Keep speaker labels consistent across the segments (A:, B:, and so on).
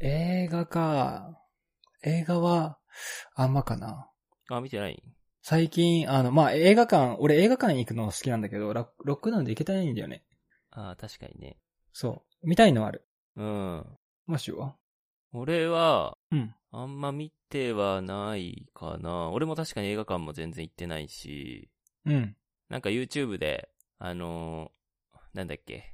A: 映画か。映画は、あんまかな。
B: あ、見てない
A: 最近、あの、まあ、映画館、俺映画館行くの好きなんだけど、ロロックダウンで行けてないんだよね。
B: あー確かにね。
A: そう。見たいのはある。
B: うん。
A: マシュは
B: 俺は、
A: うん。
B: あんま見てはないかな。俺も確かに映画館も全然行ってないし、
A: うん。
B: なんか YouTube で、あのーなんだっけ、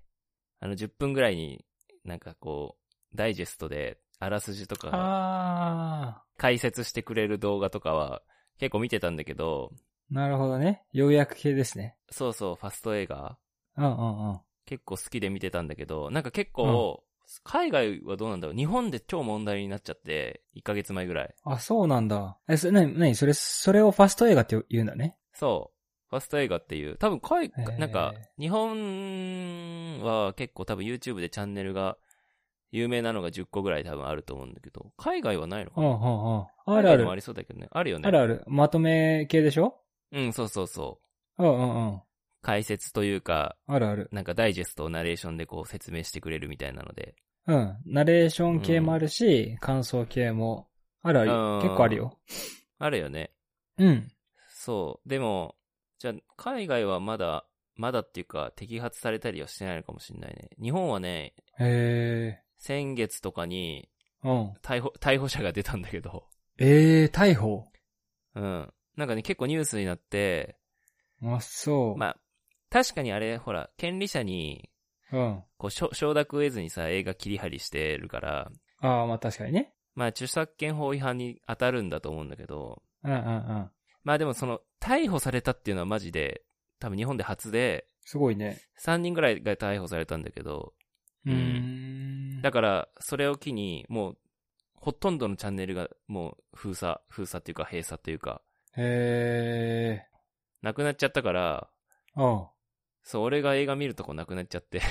B: あの10分ぐらいになんかこう、ダイジェストであらすじとか
A: あ
B: 解説してくれる動画とかは結構見てたんだけど、
A: ー。なるほどね。ようやく系ですね。
B: そうそう、ファスト映画
A: うんうんうん。
B: 結構好きで見てたんだけど、なんか結構、海外はどうなんだろう日本で超問題になっちゃって、1ヶ月前ぐらい。
A: あ、そうなんだ。え、それ、なに、なに、それ、それをファスト映画って言うんだね。
B: そう。ファスト映画っていう。多分海
A: へー
B: なんか、日本は結構多分 YouTube でチャンネルが、有名なのが10個ぐらい多分あると思うんだけど、海外はないのか
A: うん
B: な
A: うんうん。あるあ
B: 海外で
A: る
B: もあ。りそうだけどね。あるよね。
A: あるある。まとめ系でしょ
B: うん、そうそうそう。
A: うんうんうん。
B: 解説というか、
A: あるある。
B: なんかダイジェストをナレーションでこう説明してくれるみたいなので。
A: うん。ナレーション系もあるし、感想系も。あるある
B: うん。
A: 結構あるよ。
B: あるよね。
A: うん。
B: そう。でも、じゃあ、海外はまだ、まだっていうか、摘発されたりはしてないのかもしれないね。日本はね、
A: へ
B: 先月とかに、
A: え。うん。
B: 逮捕、逮捕者が出たんだけど。
A: ええー、逮捕。
B: うん。なんかね、結構ニュースになって、
A: あ、そう。
B: まあ、確かにあれ、ほら、権利者に、
A: うん。
B: こう、承承諾を得ずにさ、映画切り張りしてるから、
A: ああ、まあ確かにね。
B: まあ、著作権法違反に当たるんだと思うんだけど、
A: うんうんうん。
B: まあでもその、逮捕されたっていうのはマジで、多分日本で初で、
A: すごいね。
B: 3人ぐらいが逮捕されたんだけど、
A: う
B: う
A: ー
B: ん
A: ん。
B: だから、それを機に、もう、ほとんどのチャンネルが、もう、封鎖、封鎖っていうか、閉鎖っていうか、
A: へえ。
B: なくなっちゃったから、
A: うん。
B: そう、俺が映画見るとこなくなっちゃって。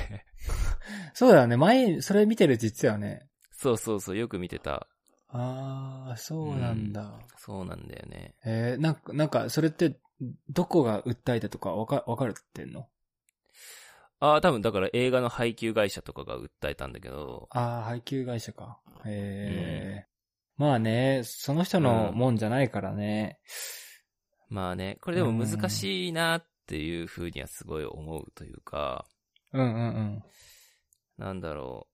A: そうだよね。前、それ見てるって言ってたよね。
B: そうそうそう、よく見てた。
A: ああ、そうなんだ。
B: そうなんだよね。
A: えー、なんか、なんか、それって、どこが訴えたとかわか、わかるってんの
B: ああ、多分だから映画の配給会社とかが訴えたんだけど、
A: ああ、配給会社か。へえ、まあね、その人のもんじゃないからね。
B: まあね、これでも難しいなっていうふうにはすごい思うというか、
A: うん、うん、うん
B: なんだろ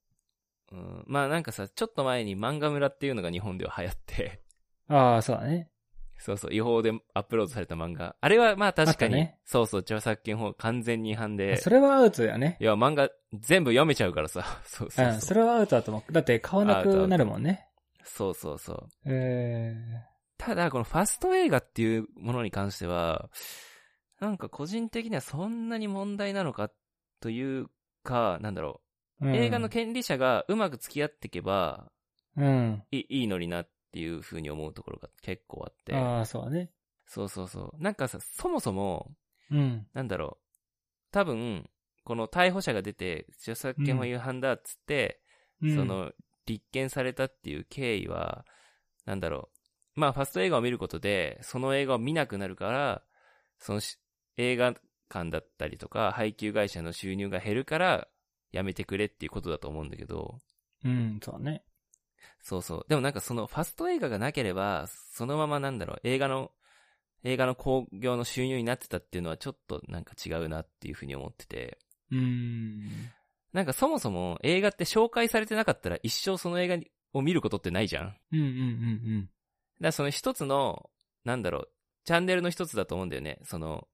B: う。うん、まあなんかさ、ちょっと前に漫画村っていうのが日本では流行って、
A: ああ、そうだね。
B: そうそう、違法でアップロードされた漫画。あれはまあ確かに、
A: あったね
B: そうそう、著作権法完全に違反で
A: そ、れはアウトだよね
B: い。や、漫画全部読めちゃうからさ、 そうそううそう。
A: ん、それはアウトだと思う。だって買わなくなるもんね。
B: そうそうそう。
A: え
B: ただ、このファスト映画っていうものに関しては、なんか個人的にはそんなに問題なのかというか、なんだろ
A: ー
B: う、映画の、権利者がうまく付き合っていけば
A: うん。うん
B: いいいのになっていうふうに思うところが結構あって、
A: ああ、そうだね。
B: そうそうそう。なんかさ、そもそも、
A: うん。
B: なんだろう。多分、この逮捕者が出て、著作権法違反だっつって、
A: うん
B: そ、の、立件されたっていう経緯は、なんだろう。まあ、ファスト映画を見ることで、その映画を見なくなるから、そのし映画館だったりとか、配給会社の収入が減るから、やめてくれっていうことだと思うんだけど、
A: うん、そうだね。
B: そうそう。でもなんかそのファスト映画がなければ、そのままなんだろう、映画の、映画の興行の収入になってたっていうのはちょっとなんか違うなっていうふうに思ってて、
A: うん。
B: なんかそもそも映画って紹介されてなかったら一生その映画を見ることってないじゃん。だか
A: うん、うん、うん、
B: らその一つの、なんだろう、チャンネルの一つだと思うんだよね。その、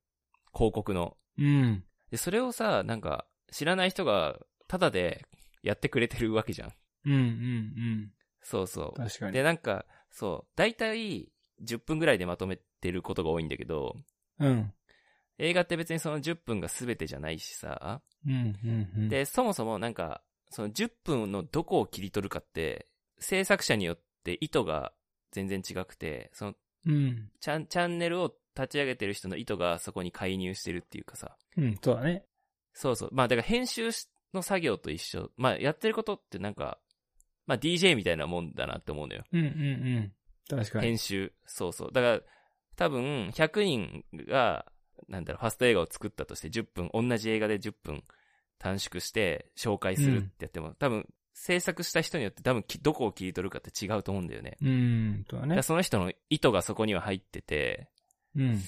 B: 広告の。
A: うん。うん。
B: で、それをさ、なんか、知らない人が、ただでやってくれてるわけじゃん。
A: うん、うん、
B: そうそ
A: うん。確か
B: う。
A: に。
B: で、なんか、そう、だいたい10分ぐらいでまとめてることが多いんだけど、
A: うん。
B: 映画って別にその10分が全てじゃないしさ、
A: うん、うん、うん。、
B: で、そもそもなんか、その10分のどこを切り取るかって、制作者によって意図が全然違くて、その
A: うん。
B: チャンチャンネルを立ち上げてる人の意図がそこに介入してるっていうかさ。
A: うん、そうだね。
B: そうそう。まあだから編集しの作業と一緒。まあやってることってなんか、まあ DJ みたいなもんだなって思うのよ。
A: うん、うん、うん。確かに。
B: 編集。そうそう。だから、多分100人が、なんだろう、ファスト映画を作ったとして10分、同じ映画で10分短縮して紹介するってやっても、多分制作した人によって多分きどこを切り取るかって違うと思うんだよね。
A: うん、とは
B: だか
A: ね
B: ら。その人の意図がそこには入ってて、
A: うん。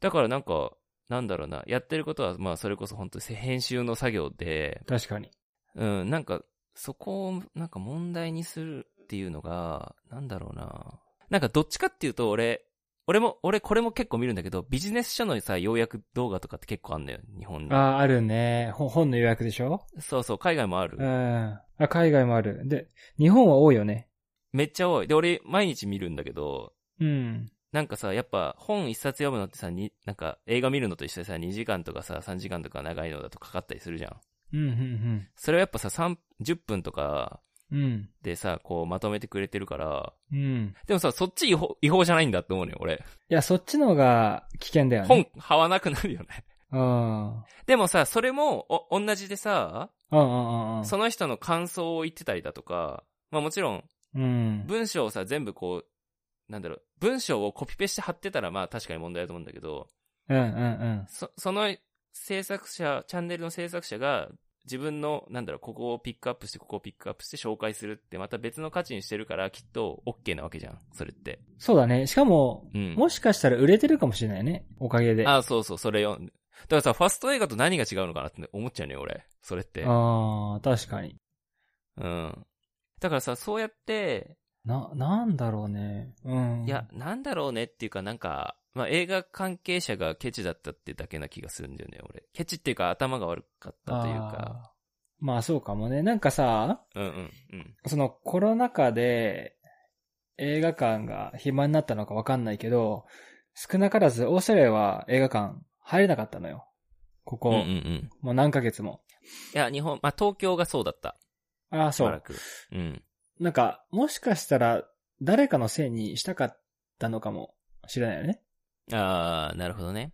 B: だからなんか、なんだろうな、やってることは、まあそれこそ本当に編集の作業で、
A: 確かに。
B: うん、なんか、そこをなんか問題にするっていうのが、なんだろうな。なんかどっちかっていうと俺、俺も、俺これも結構見るんだけど、ビジネス書のさ、要約動画とかって結構あんだよ、日本に
A: あ。あ、あるね。ほ本の予約でしょ
B: そうそう、海外もあ
A: うん。
B: る。
A: あ、海外もある。で、日本は多いよね。
B: めっちゃ多い。で、俺毎日見るんだけど、
A: うん。
B: なんかさ、やっぱ本一冊読むのってさ、に、なんか映画見るのと一緒でさ、2時間とかさ、3時間とか長いのだとかかったりするじゃん。
A: うん、うん、
B: それはやっぱさ、3、10分とか
A: うん。うん。
B: でさ、こうまとめてくれてるから、
A: うん。
B: でもさ、そっち違法違法じゃないんだって思うのよ、俺。
A: いや、そっちの方が危険だよ
B: 本
A: ね。
B: 買わなくなるよね。
A: 本。うん。
B: でもさ、それも、お、同じでさ、
A: うんうんうんうん。
B: その人の感想を言ってたりだとか、まあもちろん、
A: うん。
B: 文章をさ、全部こう、なんだろう、文章をコピペして貼ってたら、まあ確かに問題だと思うんだけど、
A: うんうんうん。
B: そ、その制作者、チャンネルの制作者が、自分の、なんだろう、ここをピックアップして、ここをピックアップして紹介するって、また別の価値にしてるから、きっと、OK なわけじゃん、それって。
A: そうだね。しかも、
B: うん。
A: もしかしたら売れてるかもしれないね。おかげで。
B: あ、そうそう、それよ。だからさ、ファスト映画と何が違うのかなって思っちゃうね、俺。それって。
A: あー確かに。
B: うん。だからさ、そうやって、
A: な、なんだろうね。うん。
B: いや、、なんだろうねっていうか、なんか、まあ、映画関係者がケチだったってだけな気がするんだよね、俺。ケチっていうか、頭が悪かったというか。
A: あー。まあそうかもね。なんかさ、
B: うんうんうん。
A: そのコロナ禍で映画館が暇になったのかわかんないけど、少なからずオーストラリアは映画館入れなかったのよ。ここ、
B: うんうんうん。
A: もう何ヶ月も。
B: いや、日本、まあ、東京がそうだった。
A: ああ、
B: し
A: そ
B: ばら
A: う。
B: く。うん。
A: なんか、もしかしたら誰かのせいにしたかったのかもしれないよね。
B: ああ、なるほどね。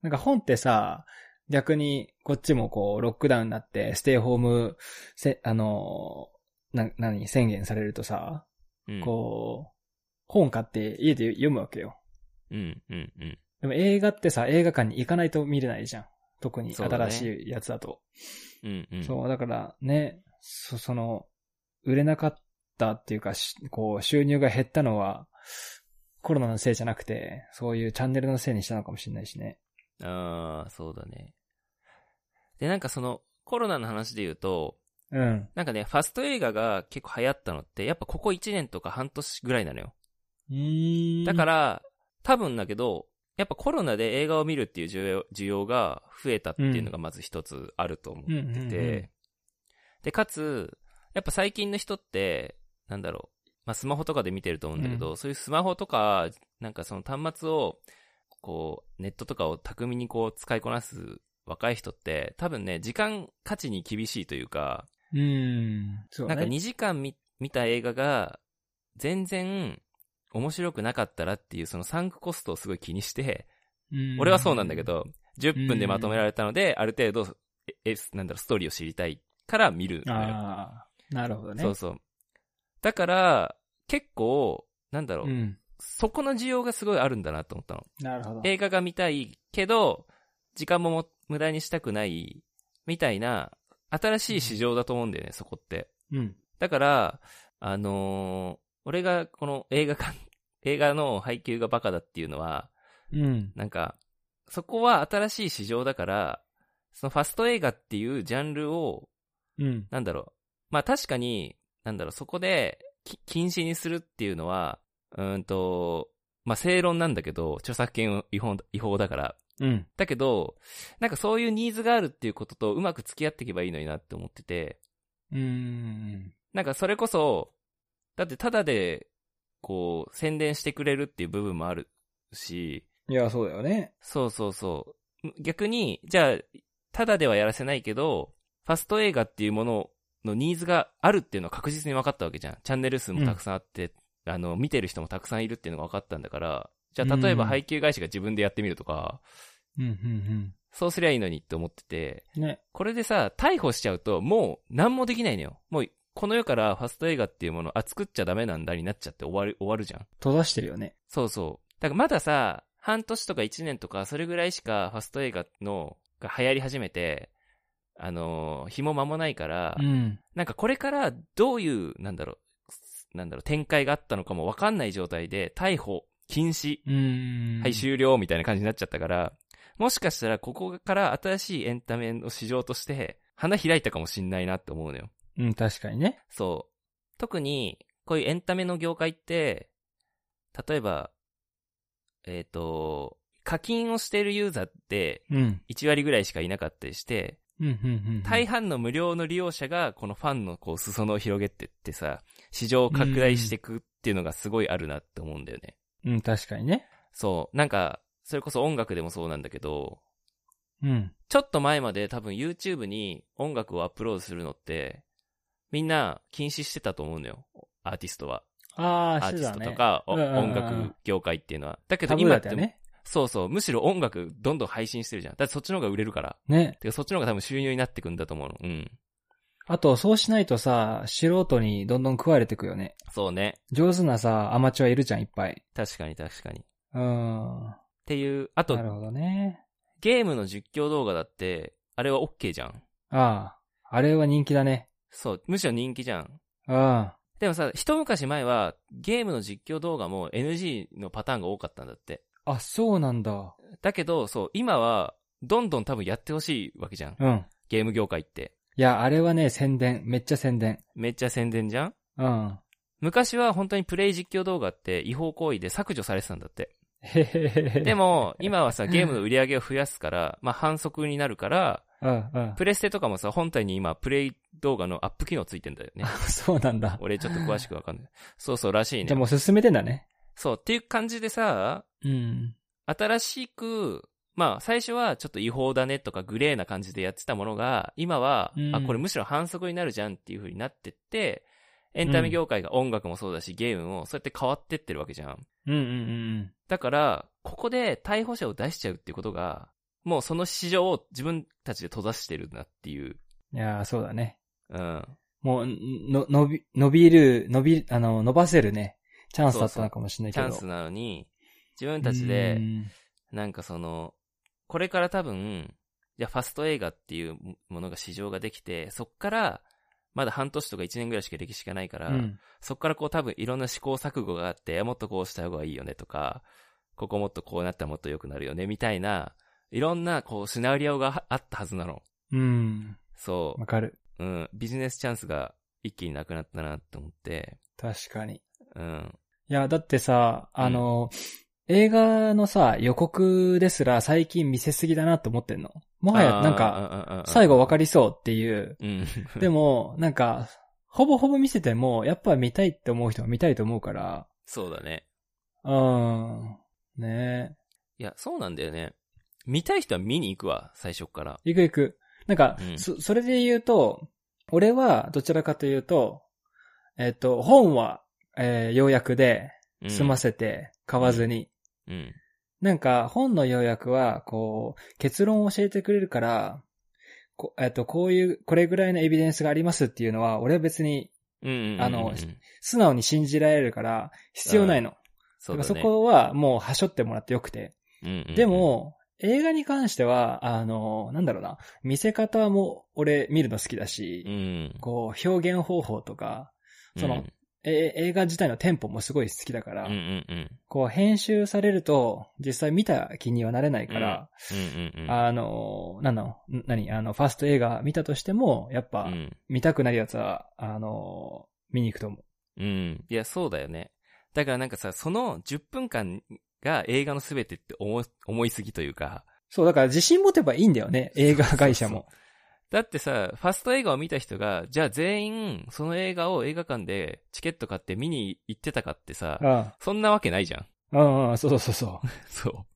A: なんか本ってさ、逆にこっちもこう、ロックダウンになって、ステイホーム、せ、あのー、な、何、宣言されるとさ、
B: うん。
A: こう、本買って家で読むわけよ。
B: う。うんうんうん。
A: でも映画ってさ、映画館に行かないと見れないじゃん。特に
B: そうだね
A: 新しいやつだと。
B: うんうん。
A: そう、だからね、そ、その、売れなかったっていうか、しこう、収入が減ったのは、コロナのせいじゃなくて、そういうチャンネルのせいにしたのかもしれないしね。
B: ああ、そうだね。で、なんかその、コロナの話で言うと、
A: うん。、
B: なんかね、ファスト映画が結構流行ったのって、やっぱここ1年とか半年ぐらいなのよ。だからら、多分だけど、やっぱコロナで映画を見るっていう需要需要が増えたっていうのがまず一つあると思っ
A: うん
B: て
A: うんうん
B: て、で、かつ、やっぱ最近の人って、なんだろう、まあ、スマホとかで見てると思うんだけど、そういうスマホとか、なんかその端末を、こう、ネットとかを巧みにこう使いこなす若い人って、多分ね、時間価値に厳しいというか、
A: うん。そう
B: な
A: ね。
B: んか2時間見見た映画が、全然面白くなかったらっていう、そのサンクコストをすごい気にして、
A: うん
B: 俺はそうなんだけ。ど、10分でまとめられたので、ある程度、え、えなんだろう、ストーリーを知りたいから見るのよ
A: ああ、なるほどね。
B: そうそう。だから、結構、なんだろう、
A: うん。
B: そこの需要がすごいあるんだなと思ったの。
A: なるほど。
B: 映画が見たいけど、時間もも無駄にしたくない、みたいな、新しい市場だと思うんだよね、そこって。
A: うん。
B: だから、あのー俺がこの映画館、 映画の配給がバカだっていうのは、
A: うん。
B: なんか、そこは新しい市場だから、そのファスト映画っていうジャンルを、
A: うん。
B: なんだろう。まあ確かに、なんだろう、そこでき禁止にするっていうのは、うーんと、まあ正論なんだけど、著作権違法違法だから。
A: うん。
B: だけど、なんかそういうニーズがあるっていうこととうまく付き合っていけばいいのになって思ってて、
A: うん。
B: なんかそれこそ、だってただで、こう、宣伝してくれるっていう部分もあるし、
A: いや、そうだよね。
B: そうそうそう。逆に、じゃあ、ただではやらせないけど、ファスト映画っていうもののニーズがあるっていうのは確実に分かったわけじゃん。チャンネル数もたくさんあって、あの、見てる人もたくさんいるっていうのが分かったんだから、じゃあ例えば
A: うん
B: 配給会社が自分でやってみるとか、
A: うん、うん、
B: そうすりゃいいのにって思ってて、
A: うん。ね。
B: これでさ、逮捕しちゃうと、もう何もできないのよ。もう、この世からファスト映画っていうもの、あ、作っちゃダメなんだになっちゃって終わる、終わるじゃん。
A: 閉ざしてるよね。
B: そうそう。だからまださ、半年とか1年とか、それぐらいしかファスト映画の、が流行り始めて、あのー日も間もないから、
A: うん。
B: なんかこれからどういう、なんだろう、なんだろう、展開があったのかもわかんない状態で、逮捕、禁止、
A: うん。
B: はい、終了みたいな感じになっちゃったから、もしかしたらここから新しいエンタメの市場として、花開いたかもしんないなって思うのよ。
A: うん、確かにね。
B: そう。特に、こういうエンタメの業界って、例えば、えっ、と、課金をしてるユーザーって
A: うん。
B: 1割ぐらいしかいなかったりして、
A: うん、うん、うん。
B: 大半の無料の利用者がこのファンのこう裾野を広げてってさ、市場を拡大していくっていうのがすごいあるなって思うんだよね。
A: うん、確かにね。
B: そう。なんか、それこそ音楽でもそうなんだけど、
A: うん。
B: ちょっと前まで多分 YouTube に音楽をアップロードするのって、みんな禁止してたと思うのよ。アーティストは。
A: あ
B: ア
A: あ、
B: ー
A: そ
B: テ
A: う
B: ィ
A: だ
B: スト
A: ね。
B: とか、お
A: うんうんうん
B: 音楽業界っていうのは。だけど
A: タブー
B: 今
A: だ
B: っ、
A: ってたよね。
B: そうそう、むしろ音楽どんどん配信してるじゃん。だってそっちの方が売れるから。
A: ね。
B: てかそっちの方が多分収入になってくんだと思うの。うん。
A: あと、そうしないとさ、素人にどんどん食われてくよね。
B: そうね。
A: 上手なさ、アマチュアいるじゃん、いっぱい。
B: 確かに確かに。っ
A: うん。な
B: ていう、あと、
A: るほどね。
B: ゲームの実況動画だって、あれは OK じゃん。
A: ああ、あれは人気だね。
B: そう、むしろ人気じゃん。
A: うん。
B: でもさ、一昔前は、ゲームの実況動画も NG のパターンが多かったんだって。
A: あ、そうなんだ。
B: だけど、そう、今は、どんどん多分やってほしいわけじゃん。
A: うん。
B: ゲーム業界って。
A: いや、あれはね、宣伝。めっちゃ宣伝。
B: めっちゃ宣伝じゃん
A: うん。
B: 昔は本当にプレイ実況動画って違法行為で削除されてたんだって。
A: へへへへ。
B: で、も、今はさ、ゲームの売り上げを増やすから、まあ反則になるから、
A: うんうん。
B: プレステとかもさ、本体に今、プレイ動画のアップ機能ついてんだよ ね
A: あ。そうなん だ。
B: 俺ちょっと詳しくわかんない。そうそうらしい
A: じゃあ
B: ね。
A: もう進めてんだね。
B: そう、っていう感じでさ、
A: うん。
B: 新しく、まあ、最初はちょっと違法だねとかグレーな感じでやってたものが、今は、
A: うん
B: あ、これむしろ反則になるじゃんっていう風になってって、エンタメ業界が音楽もそうだし、ゲームもそうやって変わってってるわけじゃん。
A: うんうん
B: だから、ここで逮捕者を出しちゃうっていうことが、もうその市場を自分たちで閉ざしてるなっていう。
A: うん。いやー、そうだね。
B: うん。
A: もう、の、伸び、伸びる、伸び、あの、伸ばせるね。チャンスだったのかもしれない
B: チ
A: けど。
B: ャンスなのに、自分たちで、なんかその、これから多分、じゃあファスト映画っていうものが市場ができて、そっから、まだ半年とか1年ぐらいしか歴史がないから、
A: うん。うん。
B: そっからこう多分いろんな試行錯誤があって、もっとこうした方がいいよねとか、ここもっとこうなったらもっと良くなるよねみたいな、いろんなこうシナリオがあったはずなの。
A: うん。
B: そ
A: わかる。
B: う。うん。ビジネスチャンスが一気になくなったなって思って、
A: 確かに。
B: うん。
A: いや、だってさ、あの、映画のさ、予告ですら最近見せすぎだなと思ってんの。もはや、なんか、
B: か
A: 最後わか
B: り、
A: りそうっていう。
B: うん。
A: でも、なんか、ほぼほぼ見せても、やっぱ見たいって思う人は見たいと思うから、
B: そうだね。
A: うん。ね
B: いや、そうなんだよね。見たい人は見に行くわ、最初から。
A: え。行く行く。なんか、
B: うん
A: そ、それで言うと、俺はどちらかというと、えっ、と、本は、えー、要約で済ませて買わずに、
B: うん。
A: なんか、本の要約は、こう、結論を教えてくれるから、こえっと、こういう、これぐらいのエビデンスがありますっていうのは、俺は別に
B: うんうんうんうん。
A: あの素直に信じられるから、必要ないの。
B: そう
A: だ
B: だ
A: からそ
B: ね、
A: こはもう、はしょってもらってよくて。
B: うんうんうん
A: で、も、映画に関しては、あの、なんだろうな、見せ方も俺見るの好きだし、
B: うん。
A: こう、表現方法とか、その
B: うん
A: え映画自体のテンポもすごい好きだから、
B: うんうんうん。
A: こう、編集されると、実際見た気にはなれないから、
B: うんうんうん。
A: あの、なんなのん何あの、ファースト映画見たとしても、やっ
B: う
A: ぱ、
B: ん。
A: 見たくなるやつは、あの、見に行くと思
B: うん。いや、そうだよね。だからなんかさ、その10分間が映画のすべてって思い、思いすぎというか。
A: う。そう、だから自信持てばいいんだよね、映画会社も。
B: だってさ、ファスト映画を見た人が、じゃあ全員、その映画を映画館でチケット買って見に行ってたかってさ、
A: うん
B: そんなわけないじゃん。
A: うんうん、そうそうそうそ
B: そ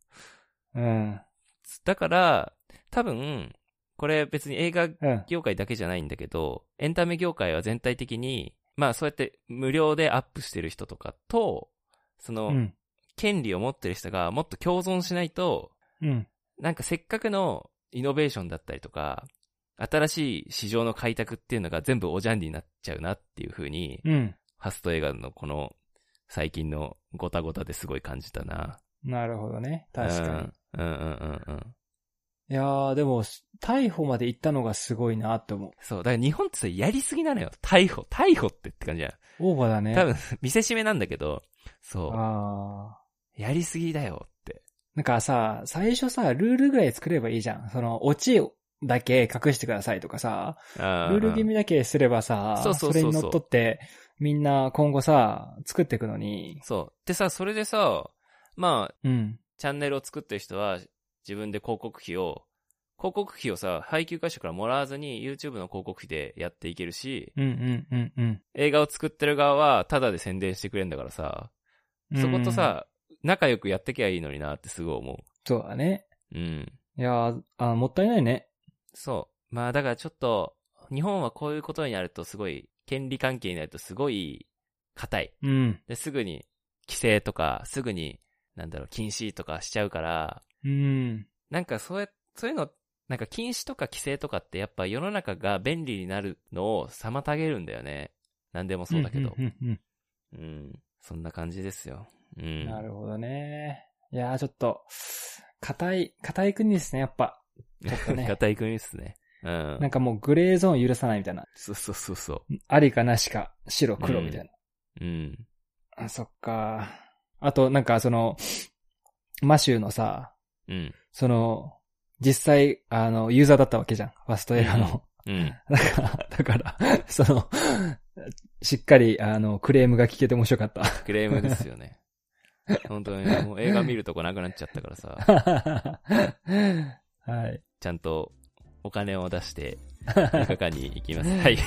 B: う。
A: う。うん。
B: だから、多分、これ別に映
A: う
B: 画
A: ん。
B: 業界だけじゃないんだけど、エンタメ業界は全体的に、まあそうやって無料でアップしてる人とかと、その、
A: うん。
B: 権利を持ってる人がもっと共存しないと、
A: うん。
B: なんかせっかくのイノベーションだったりとか、新しい市場の開拓っていうのが全部おじゃんになっちゃうなっていう風に、
A: うん。
B: ファスト映画のこの最近のごたごたですごい感じたな。
A: なるほどね。確かに。
B: うん。うんうんうんうん。
A: いやー、でも、逮捕まで行ったのがすごいなって思う。
B: そう、だから日本ってそれやりすぎなのよ。逮捕、逮捕ってって感じじゃん。
A: オーバーだね。
B: 多分、見せしめなんだけど、そ
A: あ
B: う、やりすぎだよって。
A: ー。なんかさ、最初さ、ルールぐらい作ればいいじゃん。その、オチだけ隠してくださいとかさ、
B: ル
A: ルール決めだけすればさ、
B: そうそうそうそう
A: れにのっとって、みんな今後さ、作っていくのに。
B: そう。でさ、それでさ、まあ、
A: うん。
B: チャンネルを作ってる人は、自分で広告費を、広告費をさ、配給会社からもらわずに YouTube の広告費でやっていけるし、
A: うんうんうんうん。
B: 映画を作ってる側はタダで宣伝してくれるんだからさ、そことさ、仲良くやってきゃいいのになってすごい思
A: うん、そうだね。
B: う。うん。
A: いやーあ、もったいないね。
B: そう。まあだからちょっと、日本はこういうことになるとすごい、権利関係になるとすごい硬い。
A: うん。
B: で、すぐに規制とか、すぐに、なんだろう、禁止とかしちゃうから、
A: うん。
B: なんかそうや、そういうの、なんか禁止とか規制とかってやっぱ世の中が便利になるのを妨げるんだよね。なんでもそうだけど
A: う。んうんうん
B: うん。そんな感じですよ。う
A: うん
B: ん。
A: なるほどね。いやーちょっと、硬い、硬い国ですね、やっぱ。ちょっとね
B: 硬い国ですね。うん
A: なん。かもうグレーゾーン許さないみたいな。
B: そうそうそうそ
A: ありかなしか、白黒みたいな。
B: う。うん。
A: あそっか。あと、なんかその、マシューのさ、
B: うん。
A: その、実際、あの、ユーザーだったわけじゃん。ファスト映画の。
B: うん。
A: だから、だから、その、しっかり、あの、クレームが聞けて面白かった。
B: クレームですよね。 本当にね、もう映画見るとこなくなっちゃったからさ、
A: はい。
B: ちゃんとお金を出して映画館に行きます。はい。